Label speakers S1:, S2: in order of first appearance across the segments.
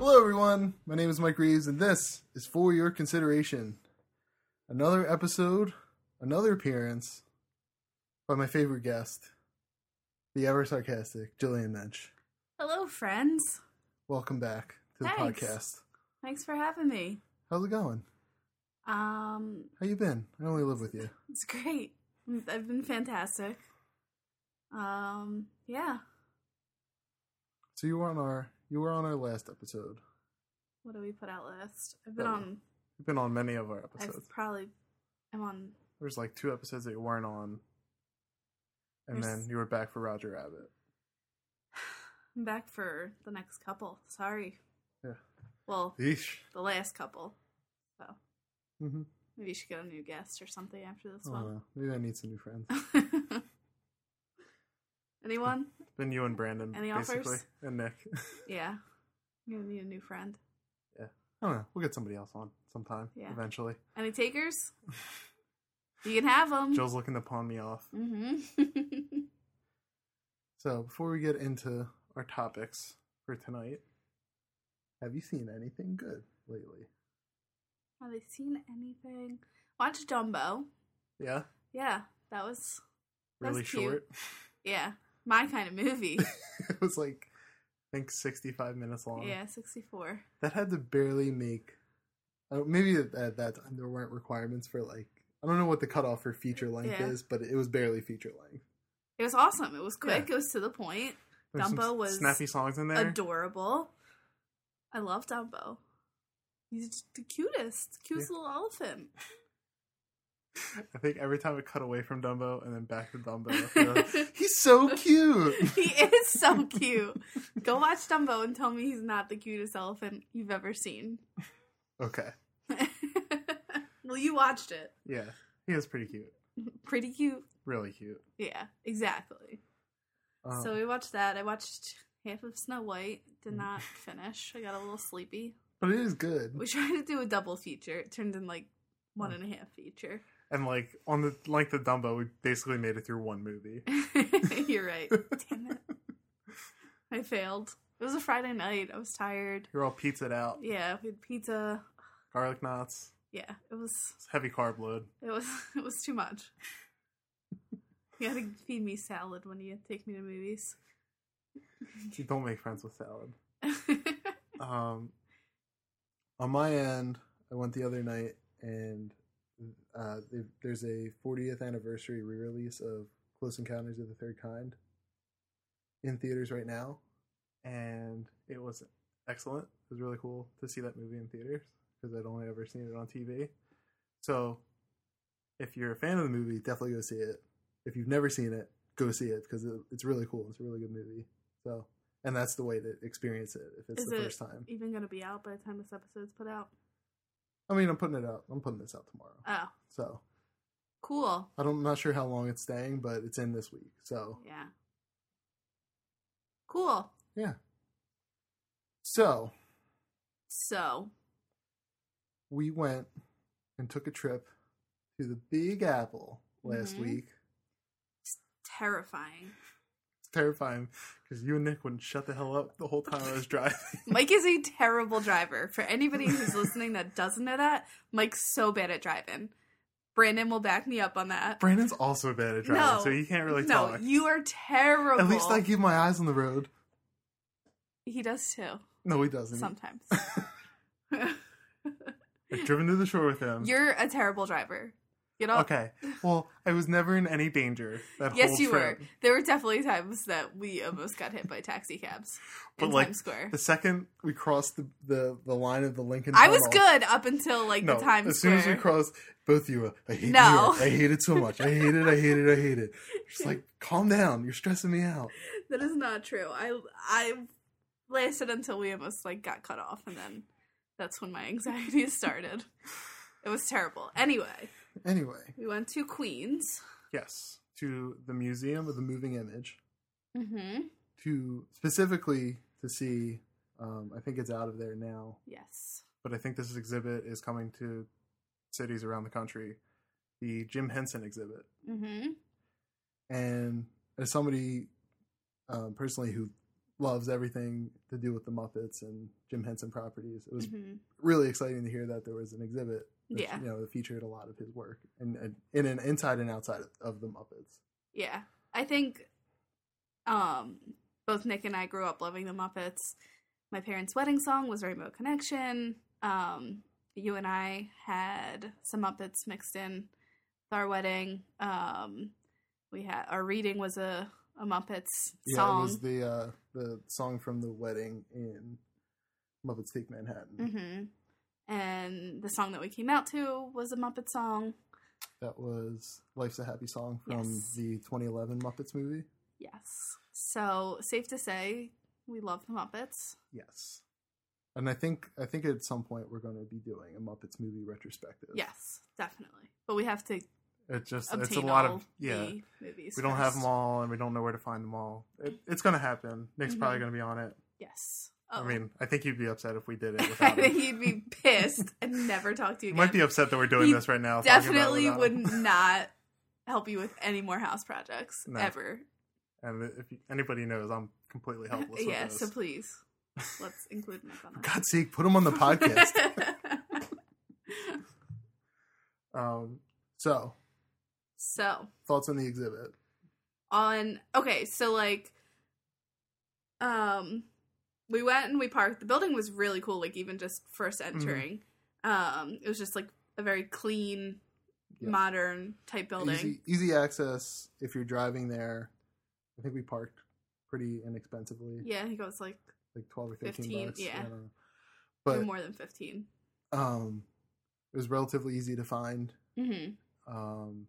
S1: everyone. My name is Mike Reeves, and this is For Your Consideration. Another episode, another appearance by my favorite guest, the ever sarcastic Jillian Mensch.
S2: Hello, friends.
S1: Welcome back to the
S2: Thanks.
S1: podcast.
S2: Thanks for having me.
S1: How's it going?
S2: Um,
S1: How you been? I only live with you.
S2: it's great. I've been fantastic. Um, yeah.
S1: So you were on our you were on our last episode.
S2: What do we put out last? I've been
S1: Oh,
S2: on.
S1: You've been on many of our episodes.
S2: I've probably. I'm on.
S1: There's like two episodes that you weren't on, and
S2: There's-
S1: then you were back for Roger Rabbit.
S2: I'm back for the next couple. Sorry.
S1: Yeah.
S2: Well,
S1: Yeesh.
S2: the last couple.
S1: Mm-hmm.
S2: Maybe you should get a new guest or something after this
S1: I don't know. Oh, Maybe I need some new friends.
S2: one. Anyone?
S1: Been you and Brandon,
S2: Any
S1: basically,
S2: offers?
S1: and Nick.
S2: Yeah. I'm gonna need a new friend.
S1: I don't know. We'll get somebody else on sometime
S2: Yeah.
S1: eventually.
S2: Any takers? You can have them.
S1: Jill's looking to pawn me off.
S2: Mm-hmm.
S1: So before we get into our topics for tonight, have you seen anything good lately?
S2: Have they seen anything? Watch Dumbo.
S1: Yeah,
S2: Yeah, that was That's
S1: really
S2: cute.
S1: short.
S2: yeah my kind of movie.
S1: it was like I think sixty-five minutes long.
S2: yeah, sixty four.
S1: that had to barely make. I don't- Maybe at at that time there weren't requirements for like I don't know what the cutoff for feature length
S2: Yeah.
S1: is, but it was barely feature length.
S2: It was awesome. It was quick. It was to the point.
S1: There's some
S2: Dumbo was
S1: snappy songs in there.
S2: Adorable. I love Dumbo. He's just the cutest, cutest little elephant.
S1: I think every time it cut away from Dumbo and then back to Dumbo, I feel like, he's so cute.
S2: he is so cute. Go watch Dumbo and tell me he's not the cutest elephant you've ever seen.
S1: Okay,
S2: well, you watched it.
S1: yeah, he is pretty cute,
S2: Pretty cute.
S1: really cute.
S2: Yeah, exactly.
S1: Um,
S2: So we watched that. I watched half of Snow White. Did
S1: Mm.
S2: not finish. I got a little sleepy.
S1: but it is good.
S2: We tried to do a double feature. It turned in like one
S1: Oh.
S2: and a half feature.
S1: And like on the like the Dumbo, we basically made it through one movie.
S2: You're right. Damn it. I failed. It was a Friday night. I was tired.
S1: You're all pizzaed out,
S2: Yeah, we had pizza.
S1: garlic knots,
S2: Yeah, it was
S1: it's heavy carb load.
S2: it was it was too much. You gotta feed me salad when you take me to movies.
S1: You don't make friends with salad. Um, on my end, I went the other night, and uh, there- there's a 40th anniversary re-release of Close Encounters of the Third Kind in theaters right now, and it was excellent. It was really cool to see that movie in theaters because I'd only ever seen it on TV. So, if you're a fan of the movie, definitely go see it. If you've never seen it, go see it because it, it's really cool. It's a really good movie. So, and that's the way to experience it if it's
S2: Is
S1: the
S2: it-
S1: first time.
S2: Even gonna be out by the time this episode's put out.
S1: I mean, I'm putting it out. I'm putting this out tomorrow.
S2: Oh,
S1: So
S2: cool.
S1: I don't, am not sure how long it's staying, but it's in this week. So
S2: Yeah. Cool.
S1: so
S2: So
S1: we went and took a trip to the Big Apple last
S2: Mhm.
S1: week.
S2: terrifying.
S1: It's terrifying because you and Nick wouldn't shut the hell up the whole time I was driving.
S2: Mike is a terrible driver. For anybody who's listening that doesn't know that, Mike's so bad at driving. Brandon will back me up on that.
S1: Brandon's also bad at driving,
S2: No.
S1: so he can't really
S2: no,
S1: talk.
S2: you are terrible.
S1: At least I keep my eyes on the road.
S2: he does too
S1: No, he doesn't.
S2: sometimes.
S1: I've driven to the shore with him.
S2: You're a terrible driver. You know.
S1: Um, okay. Well, I was never in any danger. That
S2: Yes,
S1: whole
S2: you
S1: trip.
S2: were. There were definitely times that we almost got hit by taxi cabs
S1: But,
S2: in
S1: like,
S2: Times Square.
S1: The second we crossed the, the, the line of the Lincoln
S2: I was
S1: Tunnel-
S2: good up until like the Times
S1: as soon as we
S2: Square.
S1: crossed, both of you were, I hate
S2: No.
S1: New York. I hate it so much. I hate it. I hate it. I hate it. Just like, calm down. You're stressing me out.
S2: That is not true. I I lasted until we almost like got cut off, and then that's when my anxiety started. It was terrible. Anyway,
S1: Anyway,
S2: we went to Queens.
S1: yes, to the Museum of the Moving Image,
S2: Mm-hmm.
S1: to specifically to see, um, I think it's out of there now,
S2: Yes.
S1: but I think this exhibit is coming to cities around the country, the Jim Henson exhibit.
S2: Mm-hmm.
S1: and as somebody um, personally who loves everything to do with the Muppets and Jim Henson properties. It was
S2: hmm
S1: really exciting to hear that there was an exhibit. That,
S2: Yeah.
S1: you know, that featured a lot of his work and, and in an inside and outside of the Muppets.
S2: Yeah. I think um both Nick and I grew up loving the Muppets. My parents' wedding song was Rainbow Connection. Um you and I had some Muppets mixed in with our wedding. Um we had our reading was a, a Muppets
S1: Yeah, it
S2: song.
S1: was the uh, the song from the wedding in Muppets Take Manhattan.
S2: hmm And the song that we came out to was a Muppet song.
S1: That was Life's a Happy Song from
S2: Yes.
S1: the 2011 Muppets movie.
S2: Yes. So safe to say we love the Muppets.
S1: Yes. And I think I think at some point we're going to be doing a Muppets movie retrospective.
S2: Yes, definitely. But we have to
S1: It just
S2: obtain
S1: it's a lot
S2: all
S1: of yeah.
S2: the movies.
S1: We don't have them
S2: first.
S1: all, and we don't know where to find them all. It, it's going to happen. Nick's
S2: Mhm.
S1: probably going to be on it.
S2: Yes. Oh.
S1: I mean, I think you'd be upset if we did it.
S2: I
S1: Without
S2: think
S1: him.
S2: he'd be pissed and never talk to you
S1: You
S2: again.
S1: might be upset that we're doing
S2: He
S1: this right now. talking about it
S2: Definitely
S1: without him.
S2: would not help you with any more house projects
S1: No.
S2: ever.
S1: And if you- anybody knows, I'm completely helpless.
S2: yeah.
S1: with
S2: So
S1: this.
S2: please, let's include Nick on
S1: For
S2: that.
S1: God's sake, put him on the podcast. um, so
S2: so
S1: thoughts on the exhibit?
S2: on okay so like um we went and we parked the building was really cool like even just first
S1: Mm-hmm.
S2: entering um it was just like a very clean
S1: Yeah.
S2: modern type building
S1: Easy, easy access if you're driving there. I think we parked pretty inexpensively,
S2: yeah i think it was like
S1: like twelve or thirteen
S2: 15,
S1: bucks.
S2: yeah.
S1: I don't know.
S2: no
S1: But
S2: more than 15
S1: um, it was relatively easy to find.
S2: mm-hmm.
S1: Um,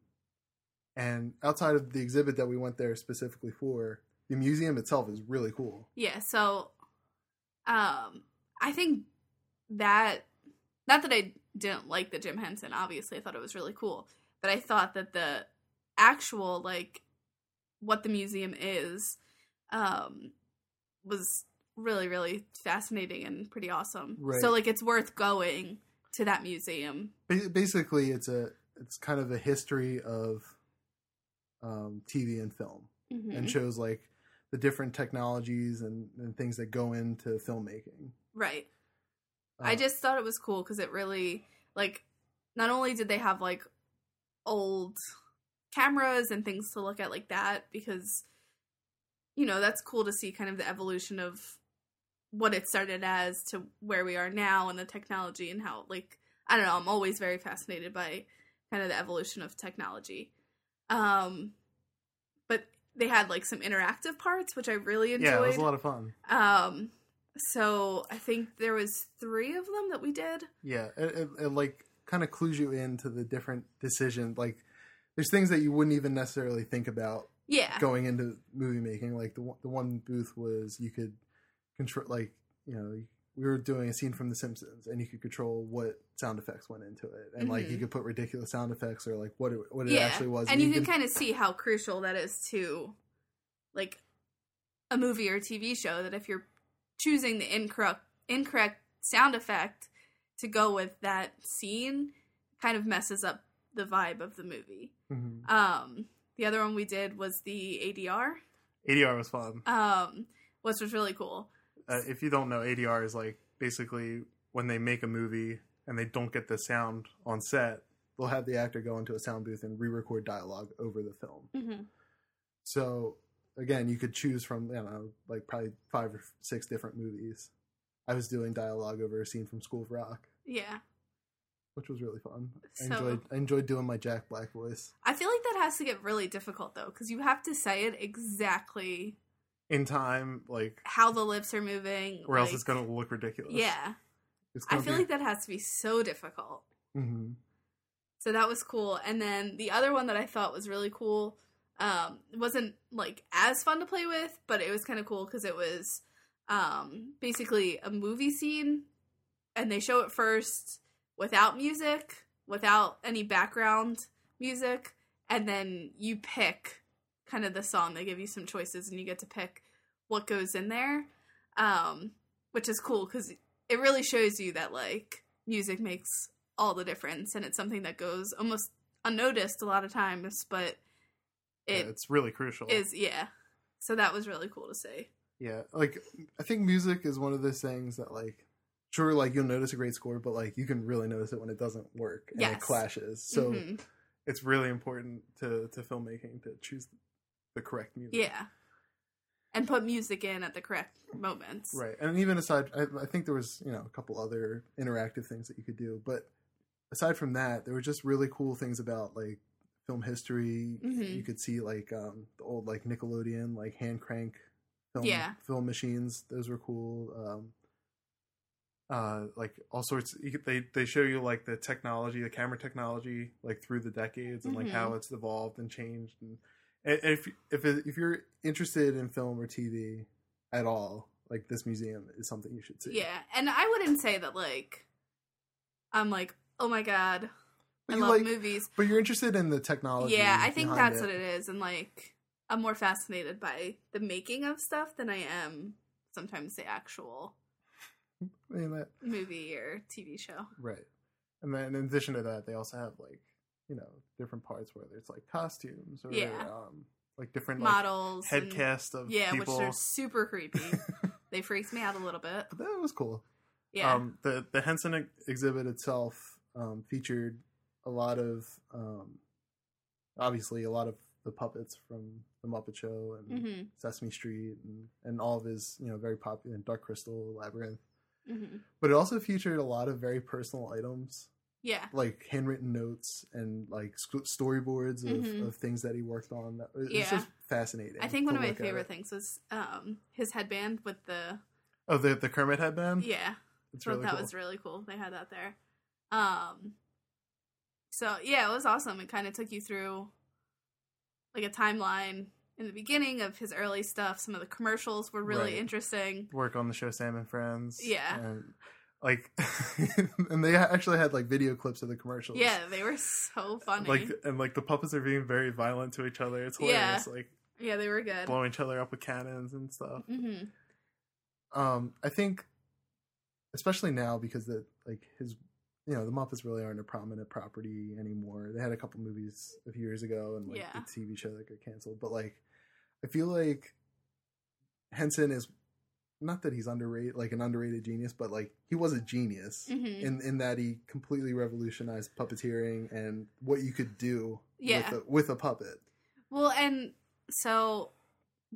S1: and outside of the exhibit that we went there specifically for, the museum itself is really cool.
S2: yeah so um i think that not that i didn't like the jim henson obviously i thought it was really cool but i thought that the actual like what the museum is um was really really fascinating and pretty awesome
S1: Right.
S2: so like it's worth going to that museum
S1: Ba- Basically, it's a it's kind of a history of um, TV and film,
S2: Mhm.
S1: and shows like the different technologies and, and things that go into filmmaking.
S2: right
S1: Uh,
S2: I just thought it was cool because it really like not only did they have like old cameras and things to look at like that because you know that's cool to see kind of the evolution of what it started as to where we are now and the technology and how like I don't know I'm always very fascinated by kind of the evolution of technology um but they had like some interactive parts which I really enjoyed
S1: yeah, it was a lot of fun.
S2: um, so I think there was three of them that we did.
S1: Yeah, it, it, it like kind of clues you into the different decisions. Like, there's things that you wouldn't even necessarily think about
S2: Yeah,
S1: going into movie making like the one- the one booth was you could control like you know we were doing a scene from the simpsons and you could control what sound effects went into it and like you
S2: Mhm.
S1: could put ridiculous sound effects or like what it, what it
S2: yeah,
S1: actually was
S2: and you can
S1: could-
S2: kind of see how crucial that is to, like, a movie or TV show. That if you're choosing the incorrect incorrect sound effect to go with that scene, kind of messes up the vibe of the movie.
S1: Mhm.
S2: Um, the other one we did was the ADR,
S1: ADR was fun
S2: um, which was really cool.
S1: uh, if you don't know ADR is like basically when they make a movie and they don't get the sound on set they'll have the actor go into a sound booth and re-record dialogue over the film
S2: Mm-hmm.
S1: So again, you could choose from I don't know, like probably five or six different movies. I was doing dialogue over a scene from School of Rock,
S2: Yeah.
S1: which was really fun. I
S2: So-
S1: enjoyed I enjoyed doing my Jack Black voice
S2: I feel like that has to get really difficult though, because you have to say it exactly
S1: in time, like
S2: how the lips are moving,
S1: or else
S2: like-
S1: it's gonna look ridiculous.
S2: Yeah,
S1: it's
S2: I
S1: gonna
S2: feel like that has to be so difficult.
S1: hmm
S2: So that was cool. And then the other one that I thought was really cool um, wasn't like as fun to play with, but it was kind of cool because it was um, basically a movie scene, and they show it first without music, without any background music, and then you pick kind of the song. They give you some choices, and you get to pick what goes in there, um, which is cool because it really shows you that like music makes all the difference and it's something that goes almost unnoticed a lot of times but
S1: yeah,
S2: it
S1: it's really crucial.
S2: is yeah so that was really cool to see
S1: Yeah, like I think music is one of those things that like sure like you'll notice a great score, but like you can really notice it when it doesn't work and it
S2: Yes.
S1: clashes. So
S2: Mhm.
S1: it's really important to to filmmaking to choose the correct music.
S2: yeah, and put music in at the correct moments.
S1: Right. And even aside, I, I think there was, you know, a couple other interactive things that you could do. But aside from that, there were just really cool things about like film history.
S2: Mhm.
S1: You could see like um, the old like Nickelodeon, like hand crank film,
S2: Yeah.
S1: film machines. Those were cool. Um, uh, like all sorts, you could, they they show you like the technology, the camera technology, like through the decades and like
S2: Mhm.
S1: how it's evolved and changed. And and if if if you're interested in film or TV, at all, like this museum is something you should see.
S2: Yeah, and I wouldn't say that like I'm like, oh my god,
S1: but
S2: I
S1: you
S2: love
S1: like,
S2: movies.
S1: but you're interested in the technology.
S2: Yeah, I think
S1: behind
S2: that's what it is, and like I'm more fascinated by the making of stuff than I am sometimes the actual
S1: I mean, that-
S2: movie or TV show.
S1: right. And then in addition to that, they also have like you know different parts where there's like costumes or
S2: Yeah.
S1: um, like different
S2: Models,
S1: like, head
S2: and-
S1: cast of
S2: yeah,
S1: people.
S2: which are super creepy. they freaked me out a little bit.
S1: But that was cool.
S2: Yeah,
S1: Um, the the Henson ex- exhibit itself um, featured a lot of um, obviously a lot of the puppets from the Muppet Show and
S2: hmm
S1: Sesame Street and, and all of his, you know, very popular Dark Crystal, Labyrinth.
S2: hmm
S1: But it also featured a lot of very personal items,
S2: yeah,
S1: like handwritten notes and like sc- storyboards of,
S2: Mhm.
S1: of things that he worked on. That- It's
S2: Yeah.
S1: just fascinating.
S2: I think one
S1: to
S2: of my
S1: look at
S2: favorite
S1: it.
S2: things was um his headband with the
S1: Oh, the, the Kermit headband?
S2: yeah.
S1: It's
S2: So
S1: really
S2: that
S1: cool.
S2: was really cool. They had that there. Um so yeah, it was awesome. It kind of took you through like a timeline in the beginning of his early stuff. Some of the commercials were really
S1: Right.
S2: interesting.
S1: Work on the show Sam and Friends.
S2: Yeah.
S1: And, like, and they actually had like video clips of the commercials.
S2: Yeah, they were so funny.
S1: Like and like the puppets are being very violent to each other. It's hilarious, like
S2: yeah, they were good.
S1: blowing each other up with cannons and stuff.
S2: hmm
S1: um i think especially now because the like his you know the muppets really aren't a prominent property anymore they had a couple movies a few years ago and like
S2: Yeah.
S1: the tv show that got canceled but like i feel like henson is not that he's underrated like an underrated genius but like he was a genius
S2: hmm
S1: in in that he completely revolutionized puppeteering and what you could do
S2: Yeah.
S1: with, a, with a puppet
S2: Well, and so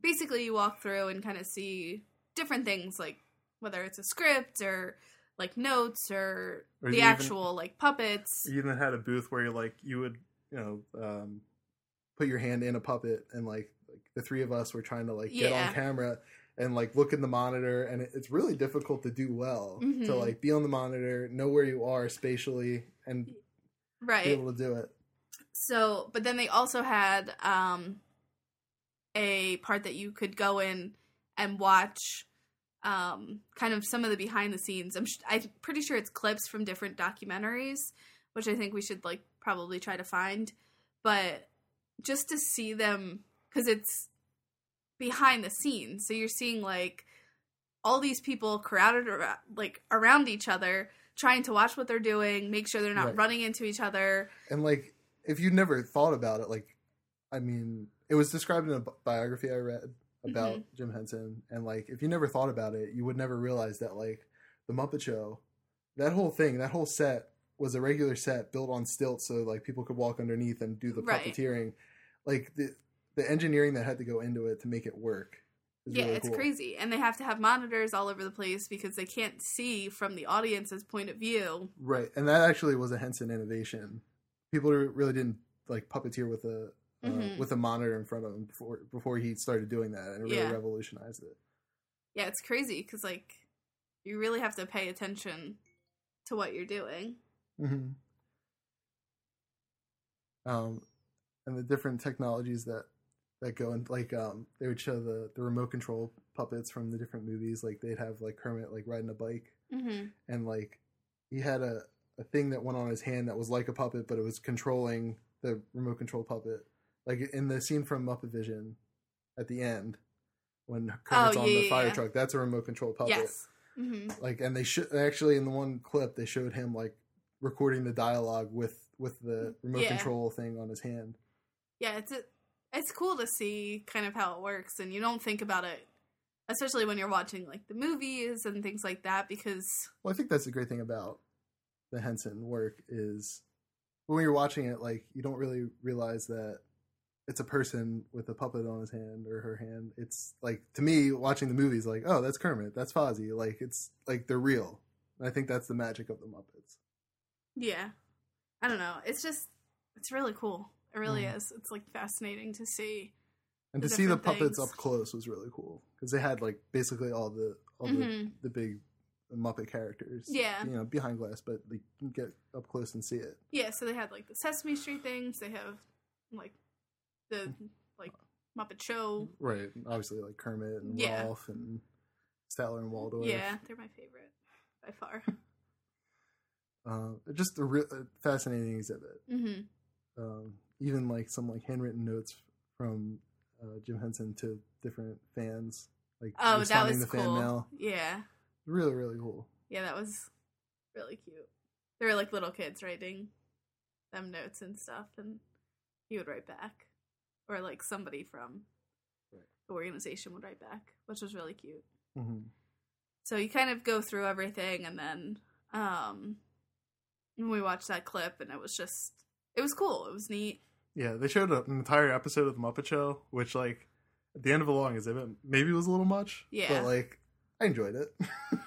S2: basically, you walk through and kind of see different things, like whether it's a script or like notes or,
S1: Or you
S2: the
S1: even-
S2: actual like puppets.
S1: You even had a booth where you like you would you know um, put your hand in a puppet and like, like the three of us were trying to like get on
S2: Yeah.
S1: camera and like look in the monitor and it, it's really difficult to do well to
S2: Mhm.
S1: like be on the monitor know where you are spatially and be
S2: Right.
S1: able to do it
S2: So, but then they also had um, a part that you could go in and watch um, kind of some of the behind the scenes. I'm, sh- I'm pretty sure it's clips from different documentaries, which I think we should like probably try to find. But just to see them, because it's behind the scenes. So you're seeing like all these people crowded around, like around each other, trying to watch what they're doing, make sure they're not
S1: Right.
S2: running into each other.
S1: and like if you never thought about it like I mean it was described in a bi- biography I read about
S2: Mm-hmm.
S1: Jim Henson and like if you never thought about it you would never realize that like the Muppet Show, that whole thing, that whole set was a regular set built on stilts so like people could walk underneath and do the
S2: Right.
S1: puppeteering. Like the the engineering that had to go into it to make it work. is
S2: yeah,
S1: really
S2: it's
S1: cool.
S2: crazy. And they have to have monitors all over the place because they can't see from the audience's point of view.
S1: Right, and that actually was a Henson innovation. People re- really didn't like puppeteer with a uh,
S2: Mhm.
S1: with a monitor in front of him before before he started doing that, and it really
S2: Yeah.
S1: revolutionized it.
S2: Yeah, it's crazy because, like, you really have to pay attention to what you're doing.
S1: Mm-hmm. Um, and the different technologies that that go in, like um, they would show the the remote control puppets from the different movies. Like they'd have like Kermit like riding a bike,
S2: Mm-hmm.
S1: and like he had a a thing that went on his hand that was like a puppet, but it was controlling the remote control puppet. Like in the scene from Muppet Vision at the end, when Kermit's on
S2: Oh, yeah,
S1: the
S2: yeah,
S1: fire
S2: yeah.
S1: truck, that's a remote control puppet
S2: Yes. Mm-hmm.
S1: like and they should actually in the one clip they showed him like recording the dialogue with with the remote
S2: Mm, Yeah.
S1: control thing on his hand
S2: Yeah, it's it's cool to see kind of how it works, and you don't think about it especially when you're watching like the movies and things like that because
S1: Well, I think that's the great thing about the Henson work is when you're watching it, like you don't really realize that it's a person with a puppet on his hand or her hand. It's like to me watching the movies, like oh, that's Kermit, that's Fozzie. Like it's like they're real. And I think that's the magic of the Muppets.
S2: yeah i don't know it's just it's really cool it really
S1: Mhm.
S2: is it's like fascinating to see
S1: And
S2: The
S1: to see the
S2: different
S1: puppets
S2: things.
S1: up close was really cool because they had like basically all the all the,
S2: Mhm.
S1: the big Muppet characters.
S2: Yeah.
S1: you know, behind glass, but like, you can get up close and see it.
S2: yeah so they had like the sesame street things they have like the like muppet show
S1: Right. Obviously, like Kermit and
S2: Yeah.
S1: Rolf and Statler and Waldorf.
S2: yeah they're my favorite by far
S1: Uh, just a real a fascinating exhibit.
S2: hmm
S1: Um, even like some like handwritten notes from uh, Jim Henson to different fans. Like
S2: oh that
S1: responding
S2: was
S1: to fan
S2: cool
S1: mail.
S2: yeah
S1: Really, really cool.
S2: Yeah, that was really cute. They were like little kids writing them notes and stuff, and he would write back, or like somebody from
S1: Right.
S2: the organization would write back, which was really cute.
S1: hmm
S2: So you kind of go through everything, and then um, when we watched that clip, and it was just it was cool. It was neat.
S1: Yeah, they showed an entire episode of the Muppet Show, which like at the end of a long exhibit maybe was a little much.
S2: Yeah.
S1: but like I enjoyed it.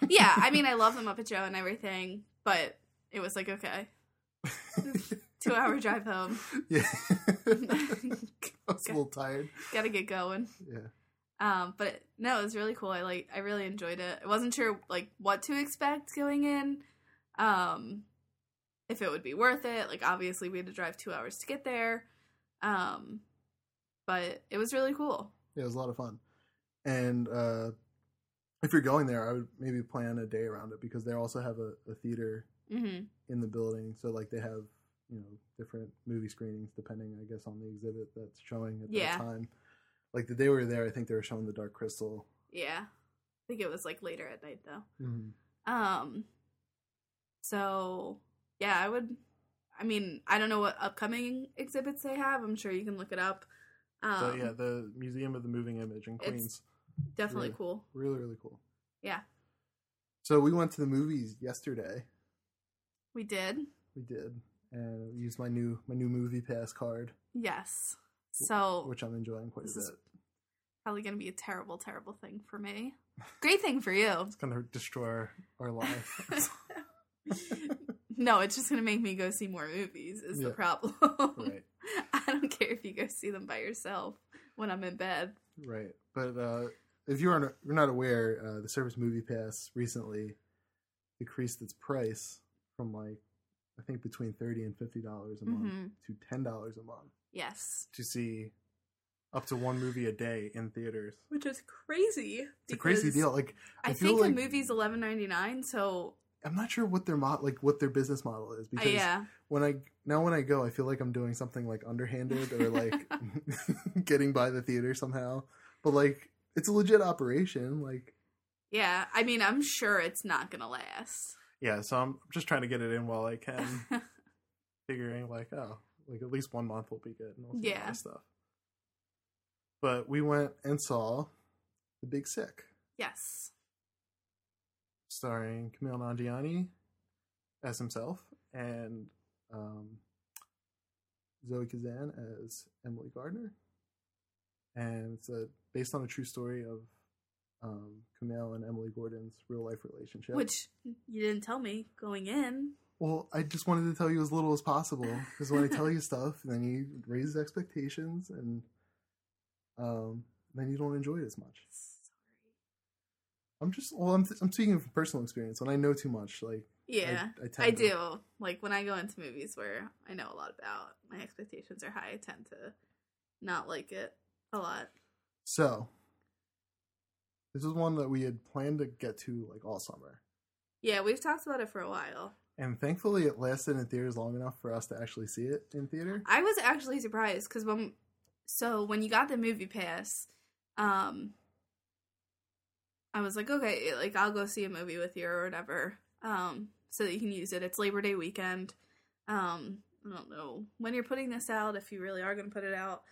S2: Yeah, I mean, I love the Muppet Show and everything, but it was like okay, two hour drive home,
S1: yeah, I was a little tired.
S2: gotta get going.
S1: Yeah.
S2: Um, but no, it was really cool. I like I really enjoyed it. I wasn't sure like what to expect going in. Um if it would be worth it. Like obviously we had to drive two hours to get there. Um but it was really cool.
S1: Yeah, it was a lot of fun. And uh, if you're going there, I would maybe plan a day around it because they also have a, a theater
S2: hmm
S1: in the building. So like they have you know different movie screenings depending, I guess, on the exhibit that's showing at
S2: Yeah.
S1: that time. Like the day we were there, I think they were showing the Dark Crystal.
S2: Yeah. I think it was like later at night though. Um so yeah, I would I mean, I don't know what upcoming exhibits they have. I'm sure you can look it up. Um
S1: so yeah, the Museum of the Moving Image in
S2: it's-
S1: Queens,
S2: definitely
S1: really-
S2: cool.
S1: really really cool.
S2: Yeah.
S1: So we went to the movies yesterday.
S2: We did.
S1: We did, and I used my new my new movie pass card,
S2: Yes. So
S1: which I'm enjoying quite
S2: Oh. This
S1: a
S2: is-
S1: bit.
S2: probably going to be a terrible, terrible thing for me. Great thing for you.
S1: It's gonna destroy our, our life.
S2: no, it's just going to make me go see more movies, is the
S1: Yeah.
S2: problem.
S1: right,
S2: I don't care if you go see them by yourself when I'm in bed.
S1: right. But uh, if you aren't you're not aware, uh, the Service Movie Pass recently decreased its price from like I think between thirty and fifty dollars a month
S2: Mhm.
S1: to ten dollars a month
S2: Yes.
S1: to see up to one movie a day in theaters.
S2: Which is crazy.
S1: It's a crazy
S2: because
S1: deal. Like
S2: I,
S1: I feel
S2: think
S1: like-
S2: the movie's eleven ninety nine, so
S1: I'm not sure what their mo- like what their business model is
S2: I-
S1: because
S2: yeah.
S1: when I now when I go, I feel like I'm doing something like underhanded or like getting by the theater somehow. But like it's a legit operation. Like
S2: Yeah. I mean I'm sure it's not gonna last.
S1: yeah, so I'm just trying to get it in while I can, figuring like oh, like at least one month will be good and I'll see all
S2: Yeah.
S1: this stuff. But we went and saw The Big Sick,
S2: yes.
S1: starring Camille Nanjiani as himself and um, Zoe Kazan as Emily Gardner. And it's uh based on a true story of um, Camille and Emily Gordon's real life relationship.
S2: Which you didn't tell me going in.
S1: well, I just wanted to tell you as little as possible because when I tell you stuff, then you raise expectations and um, then you don't enjoy it as much. I'm just well, I'm I'm speaking from personal experience. When I know too much, like I-
S2: Yeah.
S1: I, tend
S2: I
S1: to-
S2: do. Like when I go into movies where I know a lot about, my expectations are high. I tend to not like it a lot.
S1: So, this is one that we had planned to get to like all summer,
S2: Yeah, we've talked about it for a while.
S1: and thankfully it lasted in theaters long enough for us to actually see it in theater.
S2: I was actually surprised because when, so when you got the movie pass, um, I was like, okay, like I'll go see a movie with you or whatever, um, so that you can use it. It's Labor Day weekend. Um, I don't know when you're putting this out, if you really are going to put it out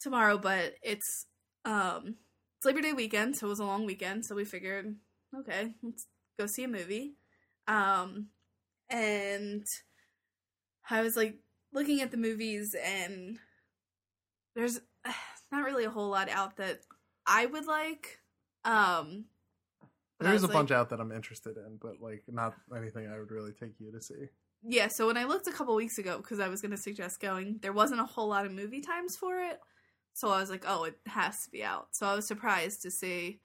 S2: tomorrow, but it's um, it's Labor Day weekend, so it was a long weekend. So we figured, okay, let's go see a movie. Um, and I was like looking at the movies, and there's not really a whole lot out that I would like. Um, but I
S1: There's a
S2: was like-
S1: bunch out that I'm interested in, but like not anything I would really take you to see.
S2: Yeah, so when I looked a couple weeks ago, because I was going to suggest going, there wasn't a whole lot of movie times for it. So I was like, oh, it has to be out. So I was surprised to see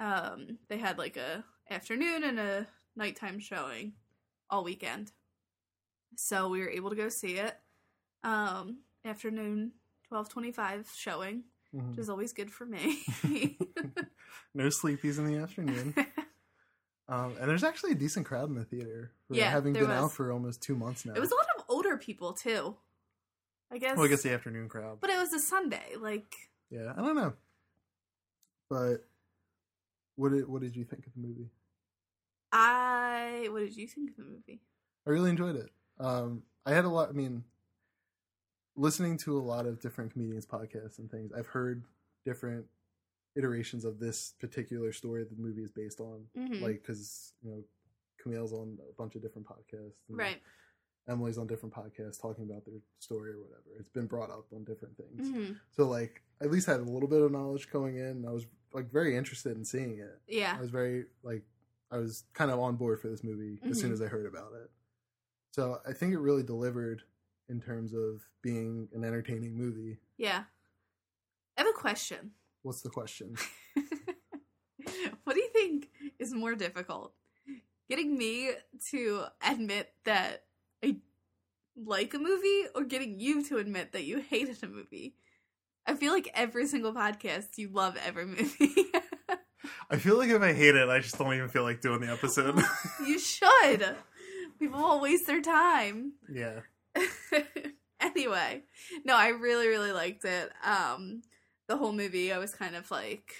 S2: um, they had like a afternoon and a nighttime showing all weekend. So we were able to go see it. Um, afternoon 1225 showing, which
S1: Mhm.
S2: is always good for me.
S1: no sleepies in the afternoon. Um, and there's actually a decent crowd in the theater. For
S2: Yeah,
S1: having
S2: there
S1: been out
S2: was.
S1: for almost two months now.
S2: It was a lot of older people too. I guess.
S1: well, I guess the afternoon crowd.
S2: But it was a Sunday, like
S1: yeah, I don't know. But what did what did you think of the movie?
S2: I. What did you think of the movie?
S1: I really enjoyed it. Um, I had a lot. I mean, listening to a lot of different comedians' podcasts and things, I've heard different iterations of this particular story that the movie is based on. Like 'cause
S2: Mm-hmm.
S1: Like, because you know, Camille's on a bunch of different podcasts. and
S2: right.
S1: Emily's on different podcasts talking about their story or whatever. It's been brought up on different things.
S2: hmm
S1: So like, I at least had a little bit of knowledge going in. and I was like very interested in seeing it.
S2: Yeah.
S1: I was very like I was kind of on board for this movie as soon
S2: Mhm.
S1: as I heard about it. So I think it really delivered in terms of being an entertaining movie.
S2: Yeah. I have a question.
S1: What's the question?
S2: what do you think is more difficult? Getting me to admit that I like a movie or getting you to admit that you hated a movie? I feel like every single podcast you love every movie.
S1: I feel like if I hate it, I just don't even feel like doing the episode.
S2: you should. People won't waste their time.
S1: yeah.
S2: anyway, no, I really, really liked it. Um, the whole movie, I was kind of like,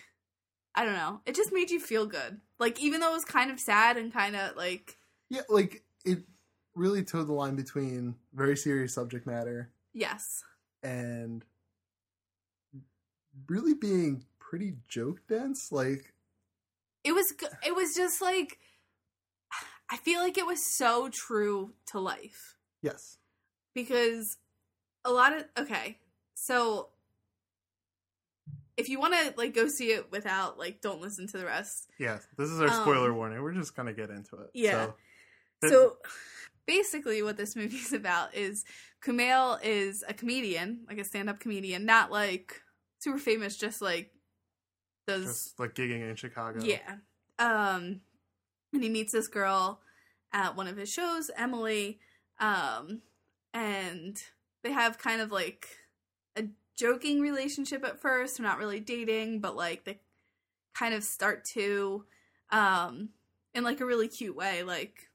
S2: I don't know, it just made you feel good. Like, even though it was kind of sad and kind of like,
S1: Yeah, like it really towed the line between very serious subject matter
S2: yes,
S1: and really being pretty joke dense. Like
S2: it was, go- it was just like, I feel like it was so true to life.
S1: yes.
S2: because a lot of okay so if you want to like go see it without like don't listen to the rest
S1: Yes. This is our
S2: Um, spoiler
S1: warning. We're just gonna get into it.
S2: yeah. so basically what this movie's about is kumail is a comedian like a stand-up comedian not like super famous just like does
S1: just like gigging in Chicago.
S2: Yeah. Um, and he meets this girl at one of his shows, Emily, um, and they have kind of like a joking relationship at first. They're not really dating, but like they kind of start to, um, in like a really cute way. Like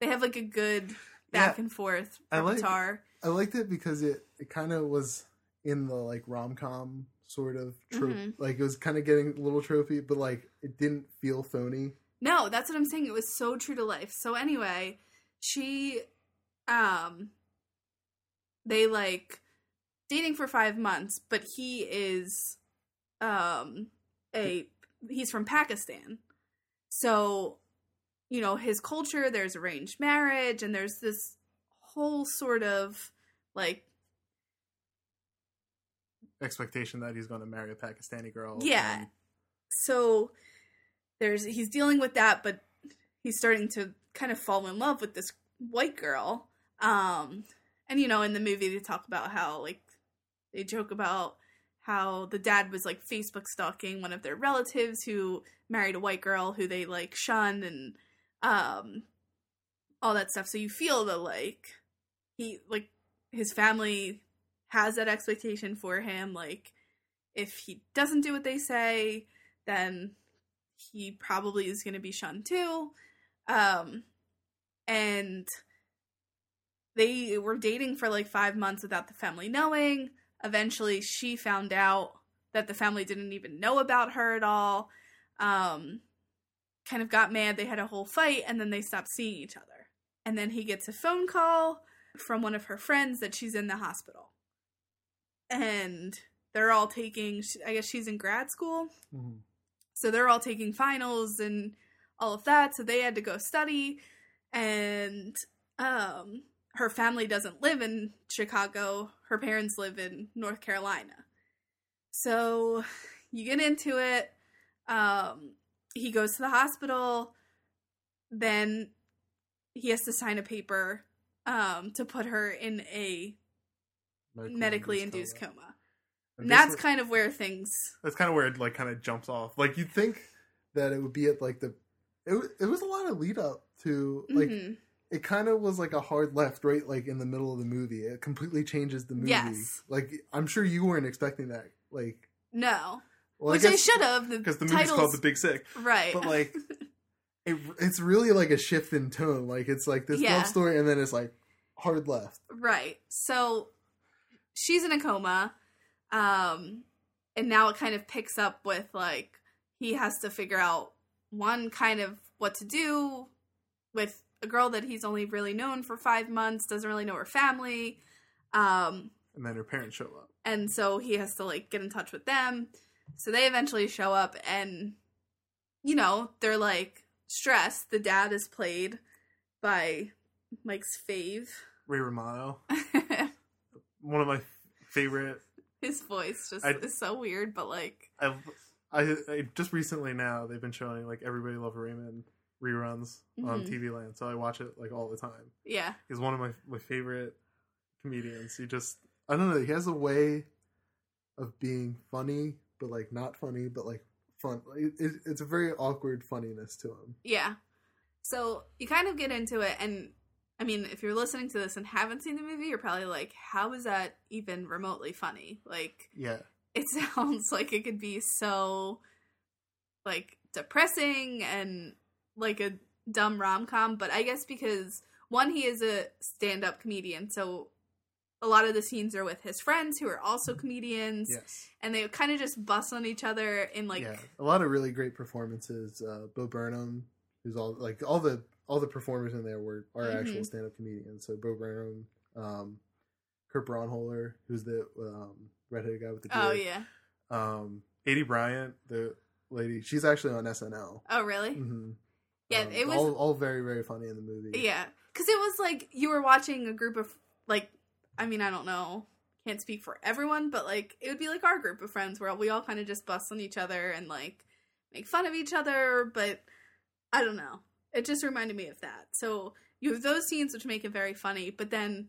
S2: they have like a good back
S1: Yeah.
S2: and forth
S1: I like-
S2: repertoire.
S1: I liked it because it, it kind of was in the like rom com sort of trope.
S2: Mhm.
S1: Like it was kind of getting a little trophy, but like it didn't feel phony.
S2: No, that's what I'm saying. It was so true to life. So anyway, she um they like dating for 5 months, but he is um a he's from Pakistan. So, you know, his culture, there's arranged marriage and there's this whole sort of like
S1: Expectation that he's going to marry a Pakistani girl.
S2: Yeah.
S1: and-
S2: so there's he's dealing with that but he's starting to kind of fall in love with this white girl um and you know in the movie they talk about how like they joke about how the dad was like facebook stalking one of their relatives who married a white girl who they like shunned and um all that stuff so you feel the like he like his family has that expectation for him like if he doesn't do what they say then he probably is going to be shunned too. Um, and they were dating for like five months without the family knowing. Eventually, she found out that the family didn't even know about her at all. Um, kind of got mad. They had a whole fight, and then they stopped seeing each other. And then he gets a phone call from one of her friends that she's in the hospital. And they're all taking. sh- I guess she's in grad school,
S1: Mhm.
S2: so they're all taking finals and all of that. So they had to go study, and um, her family doesn't live in Chicago. Her parents live in North Carolina. So you get into it. Um, he goes to the hospital. Then he has to sign a paper um, to put her in a medically induced coma. And
S1: this
S2: that's
S1: was-
S2: kind of where things.
S1: that's kind of where it like kind of jumps off. Like you'd think that it would be at like the it, wa- it was a lot of lead up to like
S2: Mhm.
S1: it kind of was like a hard left right like in the middle of the movie. It completely changes the movie.
S2: Yes.
S1: Like I'm sure you weren't expecting that. Like
S2: no,
S1: well,
S2: which I, should have. The
S1: because the movie's
S2: titles,
S1: called The Big Sick.
S2: right?
S1: But like it, it's really like a shift in tone. Like it's like this
S2: Yeah.
S1: love story and then it's like hard left.
S2: Right. So she's in a coma. Um and now it kind of picks up with like he has to figure out one kind of what to do with a girl that he's only really known for 5 months, doesn't really know her family. Um
S1: And then her parents show up.
S2: and so he has to like get in touch with them. So they eventually show up and you know, they're like stressed. The dad is played by Mike's fave.
S1: Ray Romano, one of my favorite
S2: His voice just
S1: I-
S2: is so weird, but like,
S1: I, I, I just recently now they've been showing like Everybody Love Raymond reruns on
S2: Mhm.
S1: TV Land, so I watch it like all the time.
S2: yeah,
S1: He's one of my my favorite comedians. He just I don't know. He has a way of being funny, but like not funny, but like fun. It, it, it's a very awkward funniness to him.
S2: yeah. So you kind of get into it, and I mean, if you're listening to this and haven't seen the movie, you're probably like, how is that even remotely funny? Like,
S1: Yeah,
S2: it sounds like it could be so, like, depressing and like a dumb rom com, but I guess because one, he is a stand up comedian, so a lot of the scenes are with his friends who are also comedians.
S1: yes,
S2: and they kind of just bust on each other in like
S1: yeah. A lot of really great performances. Uh, Bo Burnham, who's all like all the all the performers in there were are actual
S2: Mhm.
S1: stand up comedians. So Bo Burnham, um, Kurt Braunholer, who's the um, redheaded guy with the beard.
S2: oh yeah
S1: Um, Adie Bryant, the lady, she's actually on SNL.
S2: oh really
S1: hmm
S2: Yeah,
S1: Um,
S2: it was-
S1: all, all very very funny in the movie.
S2: yeah because it was like you were watching a group of like i mean i don't know can't speak for everyone but like it would be like our group of friends where we all kind of just bust on each other and like make fun of each other but i don't know it just reminded me of that so you have those scenes which make it very funny but then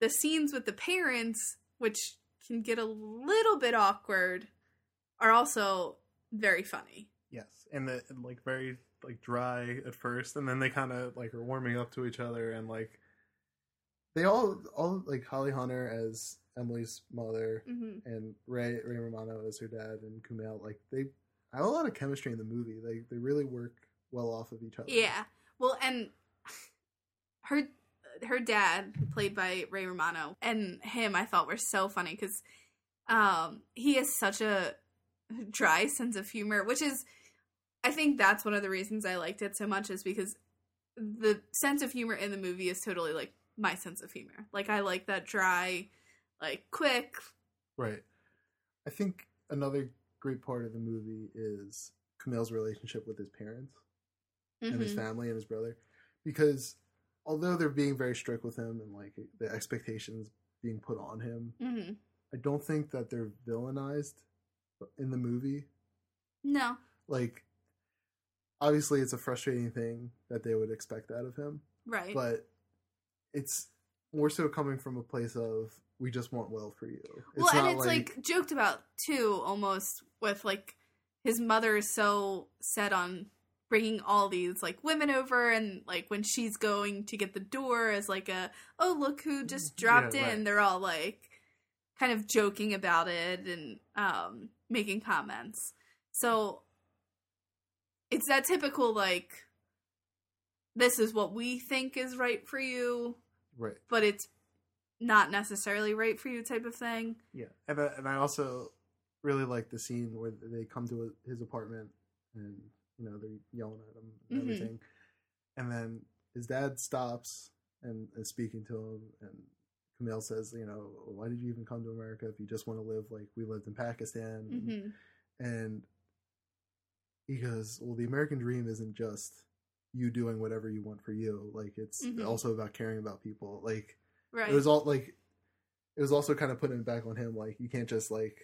S2: the scenes with the parents which can get a little bit awkward are also very funny
S1: Yes, and the and like very like dry at first, and then they kind of like are warming up to each other, and like they all all like Holly Hunter as Emily's mother,
S2: hmm
S1: and Ray Ray Romano as her dad, and Kumail. Like they have a lot of chemistry in the movie. They they really work well off of each other.
S2: Yeah. Well, and her her dad, played by Ray Romano, and him I thought were so funny because um, he has such a dry sense of humor, which is I think that's one of the reasons I liked it so much is because the sense of humor in the movie is totally like my sense of humor. Like I like that dry, like quick.
S1: right. I think another great part of the movie is Kumail's relationship with his parents. and his
S2: Mhm.
S1: family and his brother because although they're being very strict with him and like the expectations being put on him
S2: Mhm.
S1: i don't think that they're villainized in the movie
S2: No.
S1: like obviously it's a frustrating thing that they would expect out of him
S2: Right.
S1: but it's more so coming from a place of we just want well for you it's
S2: well, and it's like, joked about too, almost with like his mother is so set on bringing all these like women over, and like when she's going to get the door as like a oh look who just dropped
S1: Yeah,
S2: in,
S1: right.
S2: they're all like kind of joking about it and um, making comments. So it's that typical like this is what we think is right for you,
S1: right
S2: but it's not necessarily right for you type of thing.
S1: Yeah, and I, and I also really like the scene where they come to his apartment and you know they're yelling at him and
S2: Mhm.
S1: everything, and then his dad stops and is speaking to him, and Camille says, you know, why did you even come to America if you just want to live like we lived in Pakistan?
S2: hmm
S1: And he goes, well, the American dream isn't just you doing whatever you want for you. Like it's
S2: Mhm.
S1: also about caring about people. Like
S2: Right.
S1: it was all like it was also kind of putting it back on him. Like you can't just like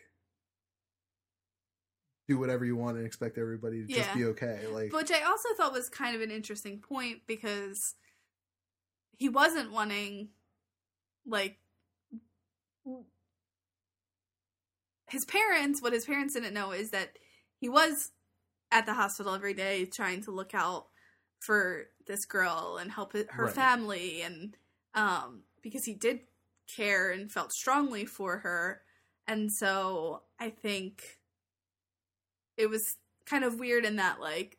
S1: do whatever you want and expect everybody to just
S2: Yeah.
S1: be okay. Like
S2: Which I also thought was kind of an interesting point because he wasn't wanting, like, his parents, what his parents didn't know is that he was at the hospital every day trying to look out for this girl and help it- her
S1: Right.
S2: family and um because he did care and felt strongly for her and so i think it was kind of weird in that like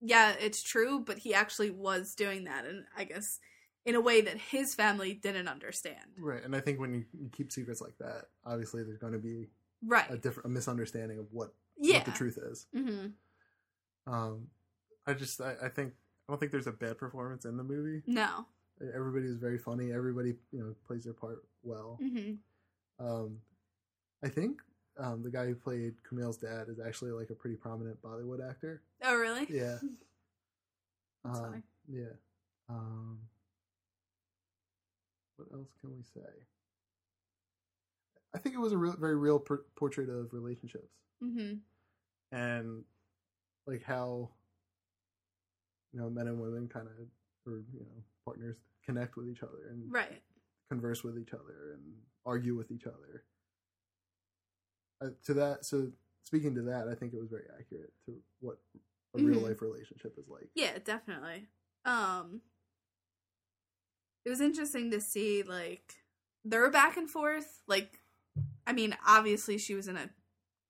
S2: yeah it's true but he actually was doing that and i guess in a way that his family didn't understand
S1: right. And I think when you, you keep secrets like that, obviously there's going to be
S2: right
S1: a different a misunderstanding of what,
S2: yeah
S1: what the truth is.
S2: hmm
S1: Um, I just I, I think I don't think there's a bad performance in the movie. E,
S2: no
S1: Everybody is very funny. Everybody you know plays their part well.
S2: hmm
S1: Um, I think um, the guy who played Camille's dad is actually like a pretty prominent Bollywood actor.
S2: oh really
S1: Yeah.
S2: That's
S1: Um,
S2: funny.
S1: yeah. Um, what else can we say? I think it was a real, very real per- portrait of relationships
S2: hmm
S1: and like how you know men and women kind of or you know partners connect with each other and
S2: right
S1: converse with each other and argue with each other. Uh, to that, so speaking to that, I think it was very accurate to what a real
S2: Mhm.
S1: life relationship is like.
S2: Yeah, definitely. Um It was interesting to see like their back and forth. Like I mean, obviously she was in a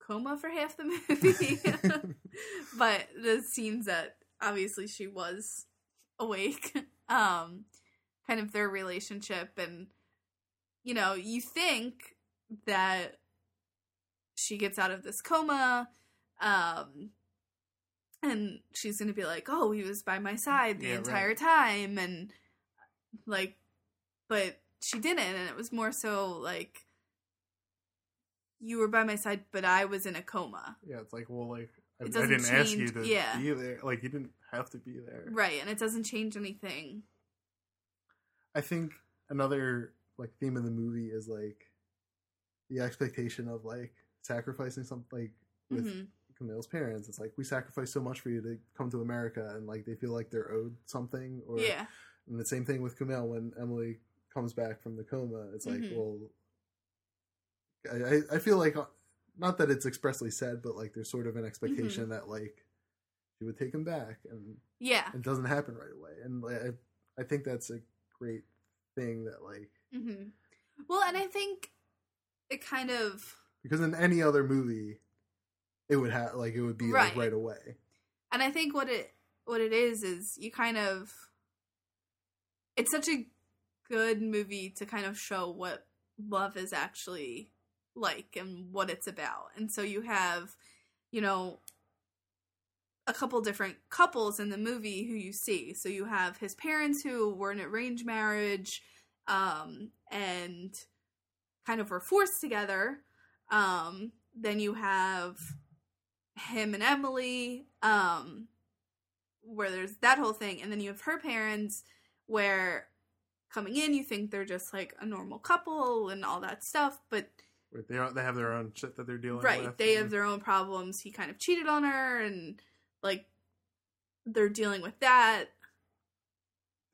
S2: coma for half the movie. but the scenes that obviously she was awake. Um kind of their relationship and you know, you think that she gets out of this coma um and she's going to be like, "Oh, he was by my side the
S1: Yeah, right.
S2: entire time." And like but she didn't and it was more so like you were by my side, but I was in a coma.
S1: Yeah, it's like well, like I,
S2: It
S1: I
S2: doesn't
S1: didn't ask you
S2: change-
S1: to
S2: yeah.
S1: be there. Like you didn't have to be there.
S2: Right, and it doesn't change anything.
S1: I think another like theme of the movie is like the expectation of like sacrificing something like with
S2: Mhm.
S1: Camille's parents. It's like we sacrificed so much for you to come to America, and like they feel like they're owed something. Or
S2: Yeah.
S1: And the same thing with Camille when Emily comes back from the coma. It's like,
S2: Mhm.
S1: well, I- I, I feel like, uh, not that it's expressly said, but like there's sort of an expectation
S2: Mm-hmm.
S1: that like she would take him back, and
S2: Yeah.
S1: it doesn't happen right away. And like, I, I think that's a great thing that like
S2: hmm Well, and I think it kind of,
S1: because in any other movie, it would have like it would be like
S2: Right.
S1: right away.
S2: and I think what it what it is is you kind of, it's such a good movie to kind of show what love is actually like and what it's about, and so you have, you know, a couple different couples in the movie who you see. So you have his parents who were in arranged marriage, um, and kind of were forced together. Um, then you have him and Emily, um, where there's that whole thing, and then you have her parents, where coming in you think they're just like a normal couple and all that stuff, but
S1: Right, they are, they have their own shit that they're dealing with.
S2: right they
S1: and-
S2: have their own problems he kind of cheated on her and like they're dealing with that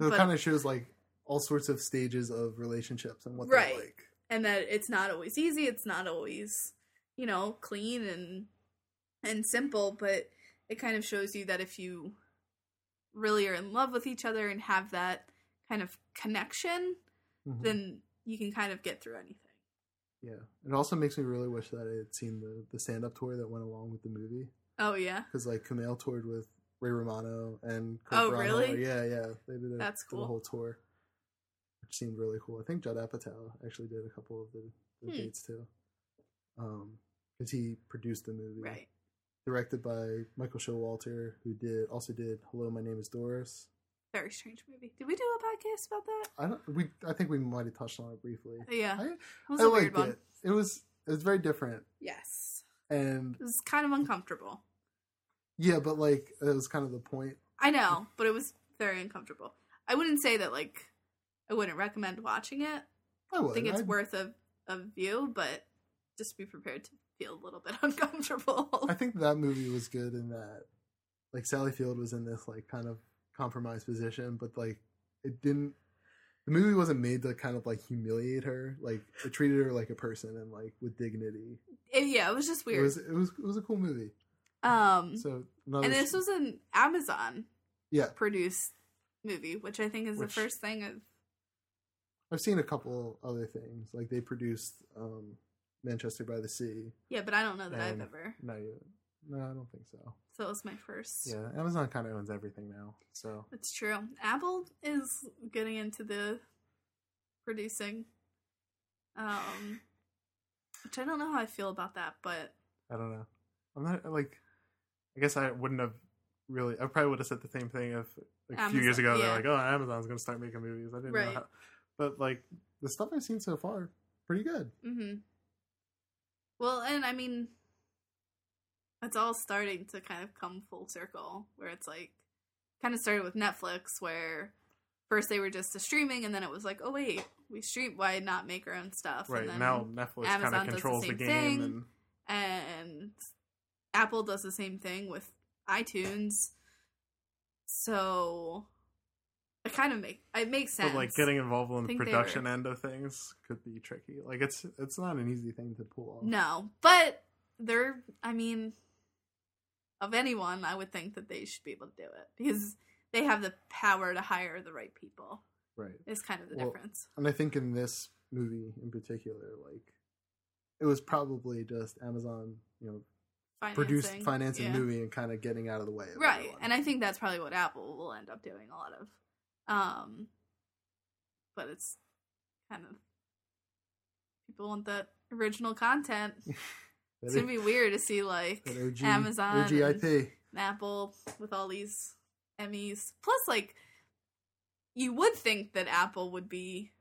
S1: So it
S2: But-
S1: kind of shows like all sorts of stages of relationships and what
S2: Right.
S1: they're like.
S2: and that it's not always easy it's not always you know clean and and simple but it kind of shows you that if you really are in love with each other and have that kind of connection
S1: Mhm.
S2: then you can kind of get through anything
S1: yeah, it also makes me really wish that I had seen the the stand up tour that went along with the movie
S2: oh yeah
S1: because like Camille toured with Ray Romano and
S2: Oh, really?
S1: Yeah, yeah, they did a,
S2: That's
S1: did
S2: cool.
S1: a whole tour, which seemed really cool. I think Judd Apatow actually did a couple of the, the
S2: Hmm.
S1: dates too, Um 'cause because he produced the movie,
S2: right
S1: Directed by Michael Showalter, who did also did Hello, My Name Is Doris.
S2: Very strange movie. Did we do a podcast about that? Oh,
S1: I don't. We I think we might have touched on it briefly.
S2: Yeah.
S1: I-
S2: it was
S1: I
S2: a weird
S1: liked
S2: one.
S1: it. It was it was very different,
S2: Yes.
S1: and
S2: It was kind of uncomfortable.
S1: yeah, but like it was kind of the point.
S2: I know, but it was very uncomfortable. I wouldn't say that like I wouldn't recommend watching it.
S1: I would.
S2: I think it's
S1: I'd-
S2: worth a, a view, but just be prepared to feel a little bit uncomfortable.
S1: I think that movie was good in that, like Sally Field was in this like kind of compromised position, but like it didn't. The movie wasn't made to kind of like humiliate her. Like it treated her like a person and like with dignity.
S2: It- yeah, it was just weird.
S1: It was it was it was a cool movie.
S2: um,
S1: So another
S2: and this was an Amazon
S1: yeah.
S2: produced movie, which I think is
S1: Which-
S2: the first thing of
S1: I've seen a couple other things like they produced um Manchester by the Sea.
S2: yeah, but I don't know that I've
S1: And-
S2: ever.
S1: No, you- no, I don't think so.
S2: So it was my first.
S1: Yeah, Amazon kind of owns everything now. So
S2: It's true. Apple is getting into the producing, um, which I don't know how I feel about that, but
S1: I don't know. I'm not like. I guess I wouldn't have really. I probably would have said the same thing if like, a few years
S2: Amazon-
S1: ago
S2: yeah.
S1: they're like, "Oh, Amazon's going to start making movies." I didn't know.
S2: Right.
S1: How, but like the stuff I've seen so far, pretty good.
S2: hmm well, and I mean, it's all starting to kind of come full circle, where it's like kind of started with Netflix, where first they were just a streaming, and then it was like, oh wait, we stream, why not make our own stuff?
S1: Right
S2: and then,
S1: now, Netflix kind
S2: Amazon
S1: of
S2: does the
S1: controls the,
S2: same
S1: game,
S2: thing.
S1: and
S2: and Apple does the same thing with iTunes. So it kind of make it makes sense.
S1: but like getting involved in the
S2: Think they
S1: production
S2: were-
S1: end of things could be tricky. Like it's it's not an easy thing to pull off.
S2: no, but they're. I mean, of anyone, I would think that they should be able to do it because they have the power to hire the right people.
S1: right.
S2: Is kind of the
S1: Well,
S2: difference.
S1: And I think in this movie in particular, like it was probably just Amazon, you know, produced financing
S2: yeah.
S1: the movie and kind of getting out of the way. Of
S2: right? And I think that's probably what Apple will end up doing a lot of. Um, but it's kind of people want that original content. It's gonna be weird to see like
S1: OG,
S2: Amazon
S1: OG IP.
S2: Apple with all these Emmys. Plus, like you would think that Apple would be.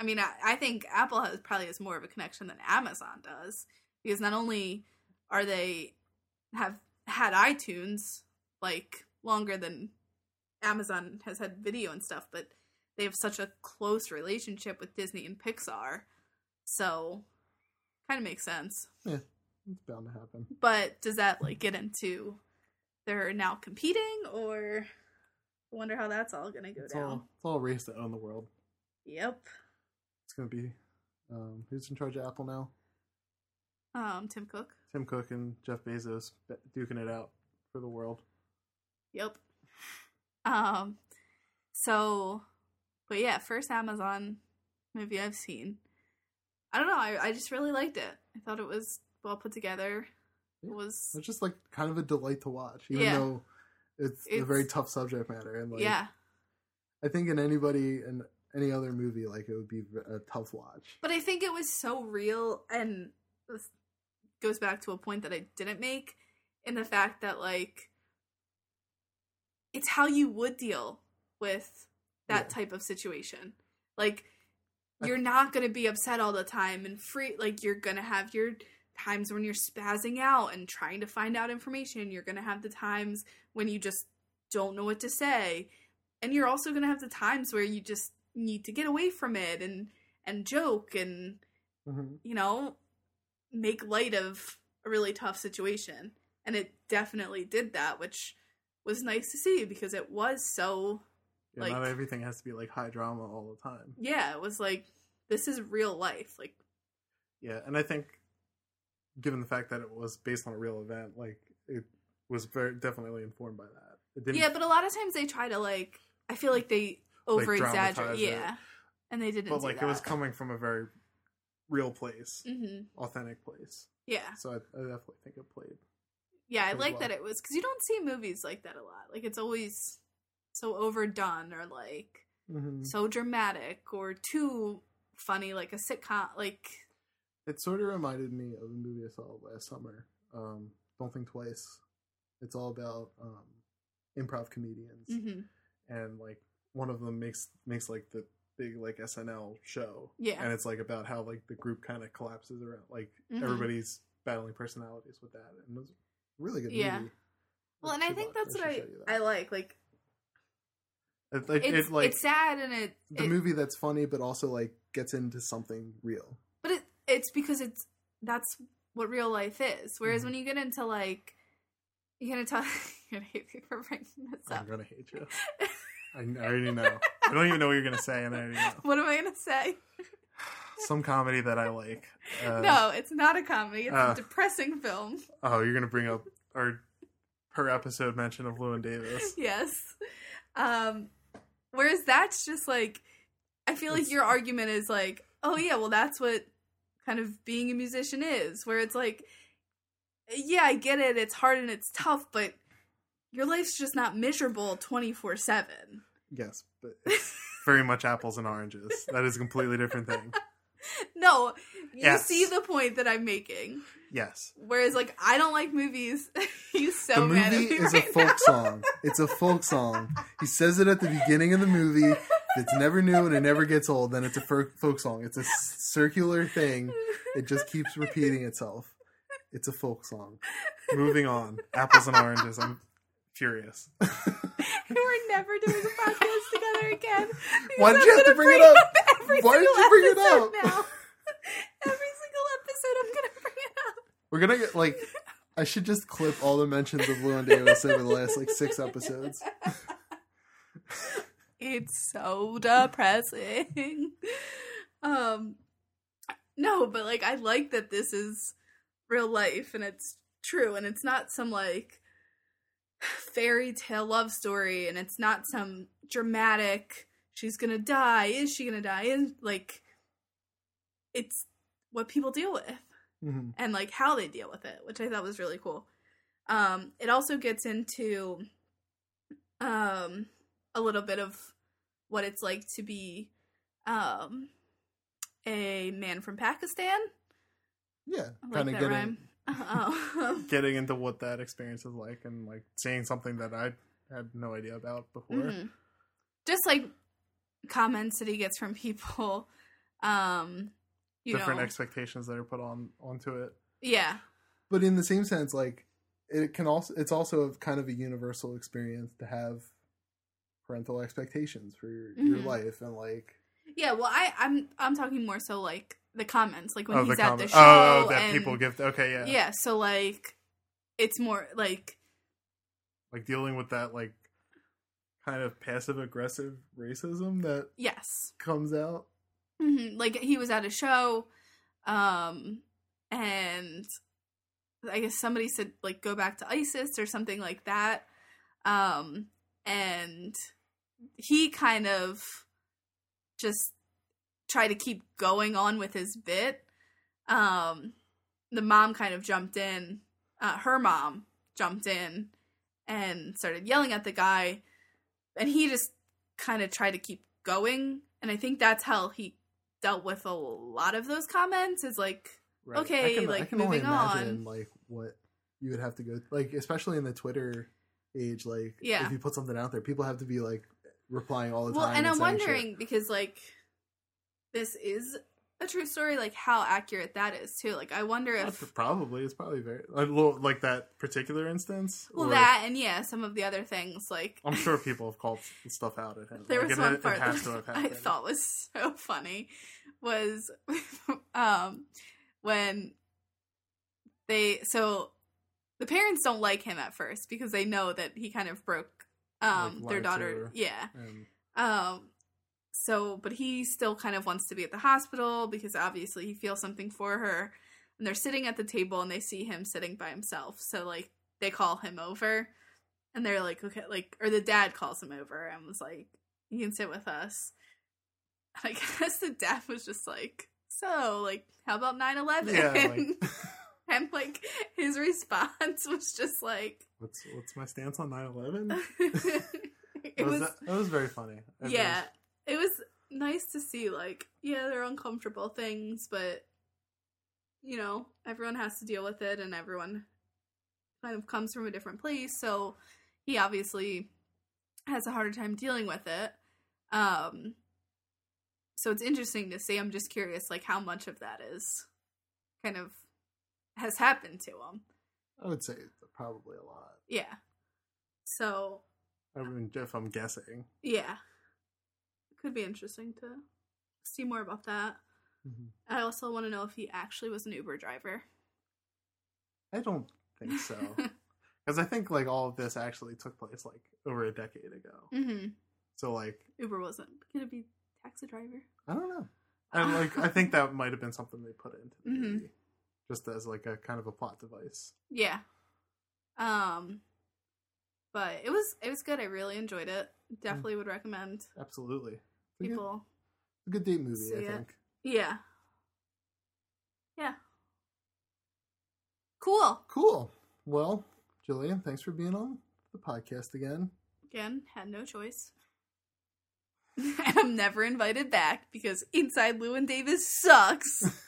S2: I mean, I, I think Apple has probably has more of a connection than Amazon does because not only are they have had iTunes like longer than Amazon has had video and stuff, but they have such a close relationship with Disney and Pixar, so kind of makes sense
S1: It's bound to happen.
S2: but does that like get into they're now competing or I wonder how that's all gonna go
S1: It's
S2: down.
S1: all it's all a race to own the world.
S2: Yep.
S1: It's gonna be um, who's in charge of Apple now?
S2: Um, Tim Cook.
S1: Tim Cook and Jeff Bezos be- duking it out for the world.
S2: Yep. Um so but yeah, first Amazon movie I've seen. I don't know, I, I just really liked it. I thought it was well put together. It was
S1: It's just like kind of a delight to watch, even
S2: Yeah.
S1: though it's, a
S2: It's-
S1: very tough subject matter. And like,
S2: yeah.
S1: I think in anybody in any other movie, like it would be a tough watch.
S2: But I think it was so real, and this goes back to a point that I didn't make in the fact that, like, it's how you would deal with that
S1: Yeah.
S2: type of situation. Like,
S1: I-
S2: you're not going to be upset all the time and free. Like, you're going to have your times when you're spazzing out and trying to find out information. You're going to have the times when you just don't know what to say. And you're also going to have the times where you just need to get away from it and and joke and
S1: Mm-hmm.
S2: you know make light of a really tough situation and it definitely did that which was nice to see because it was so
S1: Yeah,
S2: Like-
S1: not everything has to be like high drama all the time.
S2: yeah it was like this is real life like
S1: Yeah, and I think given the fact that it was based on a real event, like it was very definitely informed by that. It didn't
S2: yeah but a lot of times they try to like i feel like they over exaggerate
S1: dramatize it.
S2: yeah and they didn't
S1: but
S2: do
S1: like
S2: that.
S1: it was coming from a very real place,
S2: hmm
S1: authentic place.
S2: yeah
S1: So I, I definitely think it played.
S2: Yeah, I
S1: pretty
S2: like
S1: well.
S2: that it was because you don't see movies like that a lot. Like it's always so overdone or like
S1: Mm-hmm.
S2: so dramatic or too funny, like a sitcom. Like
S1: It sort of reminded me of a movie I saw last summer. Um, Don't think twice. It's all about um, improv comedians.
S2: hmm
S1: and like one of them makes makes like the big like SNL show.
S2: Yeah.
S1: And it's like about how like the group kind of collapses around like
S2: Mhm.
S1: everybody's battling personalities with that, and it was a really good.
S2: Yeah.
S1: movie.
S2: Well,
S1: Like,
S2: and I
S1: should
S2: think
S1: watch-
S2: that's what
S1: should show
S2: I
S1: you
S2: I
S1: that.
S2: like. Like
S1: It's like
S2: it's
S1: it's like
S2: it's sad and it,
S1: the
S2: it-
S1: movie that's funny, but also like gets into something real.
S2: but it it's because it's that's what real life is. Whereas
S1: Mhm.
S2: when you get into like you're gonna tell you're gonna hate me for bringing this
S1: I'm
S2: up.
S1: gonna hate you. I, I already know. I don't even know what you're gonna say, and I already know.
S2: What am I gonna say?
S1: Some comedy that I like. Uh,
S2: no, it's not a comedy. It's
S1: uh,
S2: a depressing film.
S1: Oh, you're gonna bring up our per episode mention of Lewin Davis.
S2: yes. Um, whereas that's just like, I feel like
S1: It's-
S2: your argument is like, oh yeah, well that's what kind of being a musician is, where it's like, yeah, I get it, it's hard and it's tough, but your life's just not miserable twenty four seven.
S1: Yes, but it's very much apples and oranges. That is a completely different thing.
S2: No, you
S1: Yes.
S2: see the point that I'm making.
S1: Yes.
S2: Whereas like I don't like movies. He's so
S1: the
S2: mad at
S1: movie
S2: me
S1: is
S2: right
S1: a
S2: now.
S1: folk song. It's a folk song. He says it at the beginning of the movie. It's never new and it never gets old. Then it's a fir- folk song. It's a s- circular thing. It just keeps repeating itself. It's a folk song. Moving on. Apples and oranges. I'm furious.
S2: We're never doing a podcast together again.
S1: Why did
S2: Because
S1: you
S2: I'm
S1: have to
S2: gonna
S1: bring it up?
S2: every
S1: Why did
S2: single
S1: you bring it
S2: episode
S1: up?
S2: Now. Every single episode, I'm gonna bring it up.
S1: We're gonna get like I should just clip all the mentions of Lou and Davis over the last like six episodes.
S2: It's so depressing. Um, no, but like I like that this is real life and it's true and it's not some like fairy tale love story and it's not some dramatic she's gonna die is she gonna die and like it's what people deal with
S1: Mhm.
S2: and like how they deal with it, which I thought was really cool. Um, it also gets into um, a little bit of what it's like to be um, a man from Pakistan.
S1: Yeah,
S2: I
S1: kind
S2: like
S1: of getting
S2: that rhyme. Um,
S1: getting into what that experience is like and like saying something that I had no idea about before.
S2: mhm. Just like comments that he gets from people, um, you
S1: Different
S2: know,
S1: expectations that are put on onto it.
S2: yeah,
S1: But in the same sense, like it can also it's also a kind of a universal experience to have parental expectations for your, your
S2: Mhm.
S1: life and like
S2: yeah. Well, I, I'm I'm talking more so like the comments, like when
S1: oh,
S2: he's
S1: the
S2: at
S1: comment-
S2: the show.
S1: oh, oh, that
S2: and,
S1: people give okay yeah.
S2: yeah so like it's more like
S1: like dealing with that like kind of passive aggressive racism that
S2: yes
S1: comes out
S2: hmm like he was at a show um and i guess somebody said like go back to isis or something like that um and he kind of just tried to keep going on with his bit um the mom kind of jumped in uh, her mom jumped in and started yelling at the guy and he just kind of tried to keep going and i think that's how he dealt with a lot of those comments is like
S1: Right.
S2: Okay,
S1: I can, I
S2: like,
S1: can only
S2: moving on.
S1: imagine like what you would have to go like, especially in the Twitter age. Like,
S2: Yeah.
S1: if you put something out there, people have to be like replying all the
S2: well
S1: time.
S2: and i'm
S1: saying shit.
S2: wondering because like this is a true story like how accurate that is too like i wonder if
S1: Uh, probably it's probably very like, lo- like that particular instance.
S2: well
S1: or-
S2: that and yeah some of the other things like
S1: I'm sure people have called stuff out at him.
S2: There
S1: Like,
S2: was
S1: it,
S2: one
S1: it
S2: part
S1: has to
S2: that
S1: have
S2: I
S1: happened.
S2: thought was so funny was um when they so the parents don't like him at first because they know that he kind of broke um
S1: Like, lied to
S2: their daughter
S1: her.
S2: yeah
S1: And
S2: um so but he still kind of wants to be at the hospital because obviously he feels something for her and they're sitting at the table and they see him sitting by himself so like they call him over and they're like okay like or the dad calls him over and was like you can sit with us and i guess the dad was just like so like how about 9-11
S1: yeah, like,
S2: and like his response was just like
S1: what's what's my stance on 9/11?
S2: it
S1: That
S2: was
S1: that, that was very funny. It
S2: yeah
S1: was-
S2: it was nice to see like yeah they're uncomfortable things but you know everyone has to deal with it and everyone kind of comes from a different place so he obviously has a harder time dealing with it. Um, so it's interesting to see. I'm just curious, like how much of that is kind of has happened to him.
S1: I would say probably a lot.
S2: Yeah. So
S1: I mean, if I'm guessing.
S2: yeah, could be interesting to see more about that.
S1: Mhm.
S2: I also want to know if he actually was an Uber driver.
S1: I don't think so. Because I think like all of this actually took place like over a decade ago.
S2: hmm
S1: So like
S2: Uber wasn't gonna be taxi driver.
S1: I don't know. I like I think that might have been something they put into the
S2: Mhm.
S1: movie, just as like a kind of a plot device.
S2: Yeah. Um but it was it was good. I really enjoyed it. Definitely would recommend
S1: Absolutely, It's a good-
S2: people.
S1: a good date movie.
S2: See
S1: I
S2: it.
S1: think.
S2: Yeah. Yeah. Cool.
S1: Cool. Well, Jillian, thanks for being on the podcast again.
S2: Again, had no choice. I'm never invited back because Inside Lewin Davis sucks.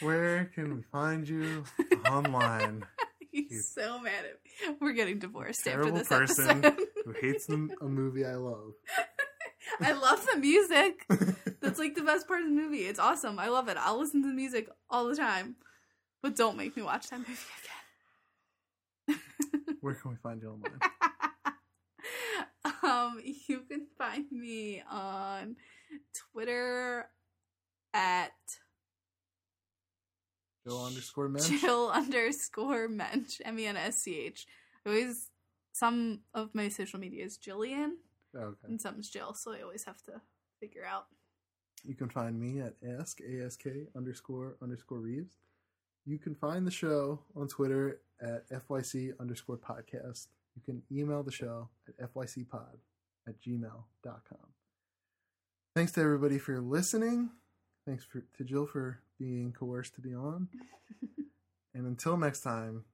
S1: Where can we find you online? You
S2: He's so mad at me. We're getting divorced after
S1: terrible
S2: this
S1: person.
S2: episode.
S1: Who hates the, a movie I love?
S2: I love the music. That's like the best part of the movie. It's awesome. I love it. I'll listen to the music all the time. But don't make me watch that movie again.
S1: Where can we find you online?
S2: um, you can find me on Twitter at
S1: Jill underscore Mensch.
S2: chill underscore mensch m e n s c h. I Always some of my social media is Jillian
S1: Oh, Okay.
S2: and some's Jill, so I always have to figure out.
S1: You can find me at ask ask underscore underscore Reeves. You can find the show on Twitter at fyc underscore podcast. You can email the show at fycpod at gmail.com. Thanks to everybody for listening. Thanks for, to Jill for being coerced to be on. and until next time,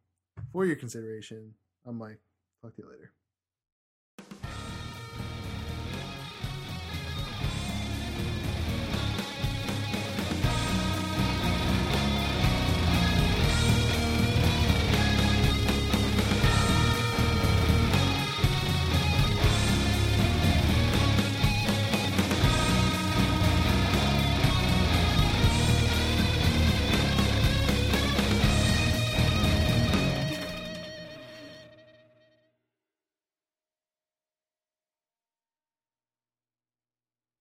S1: for your consideration, I'm Mike. Talk to you later.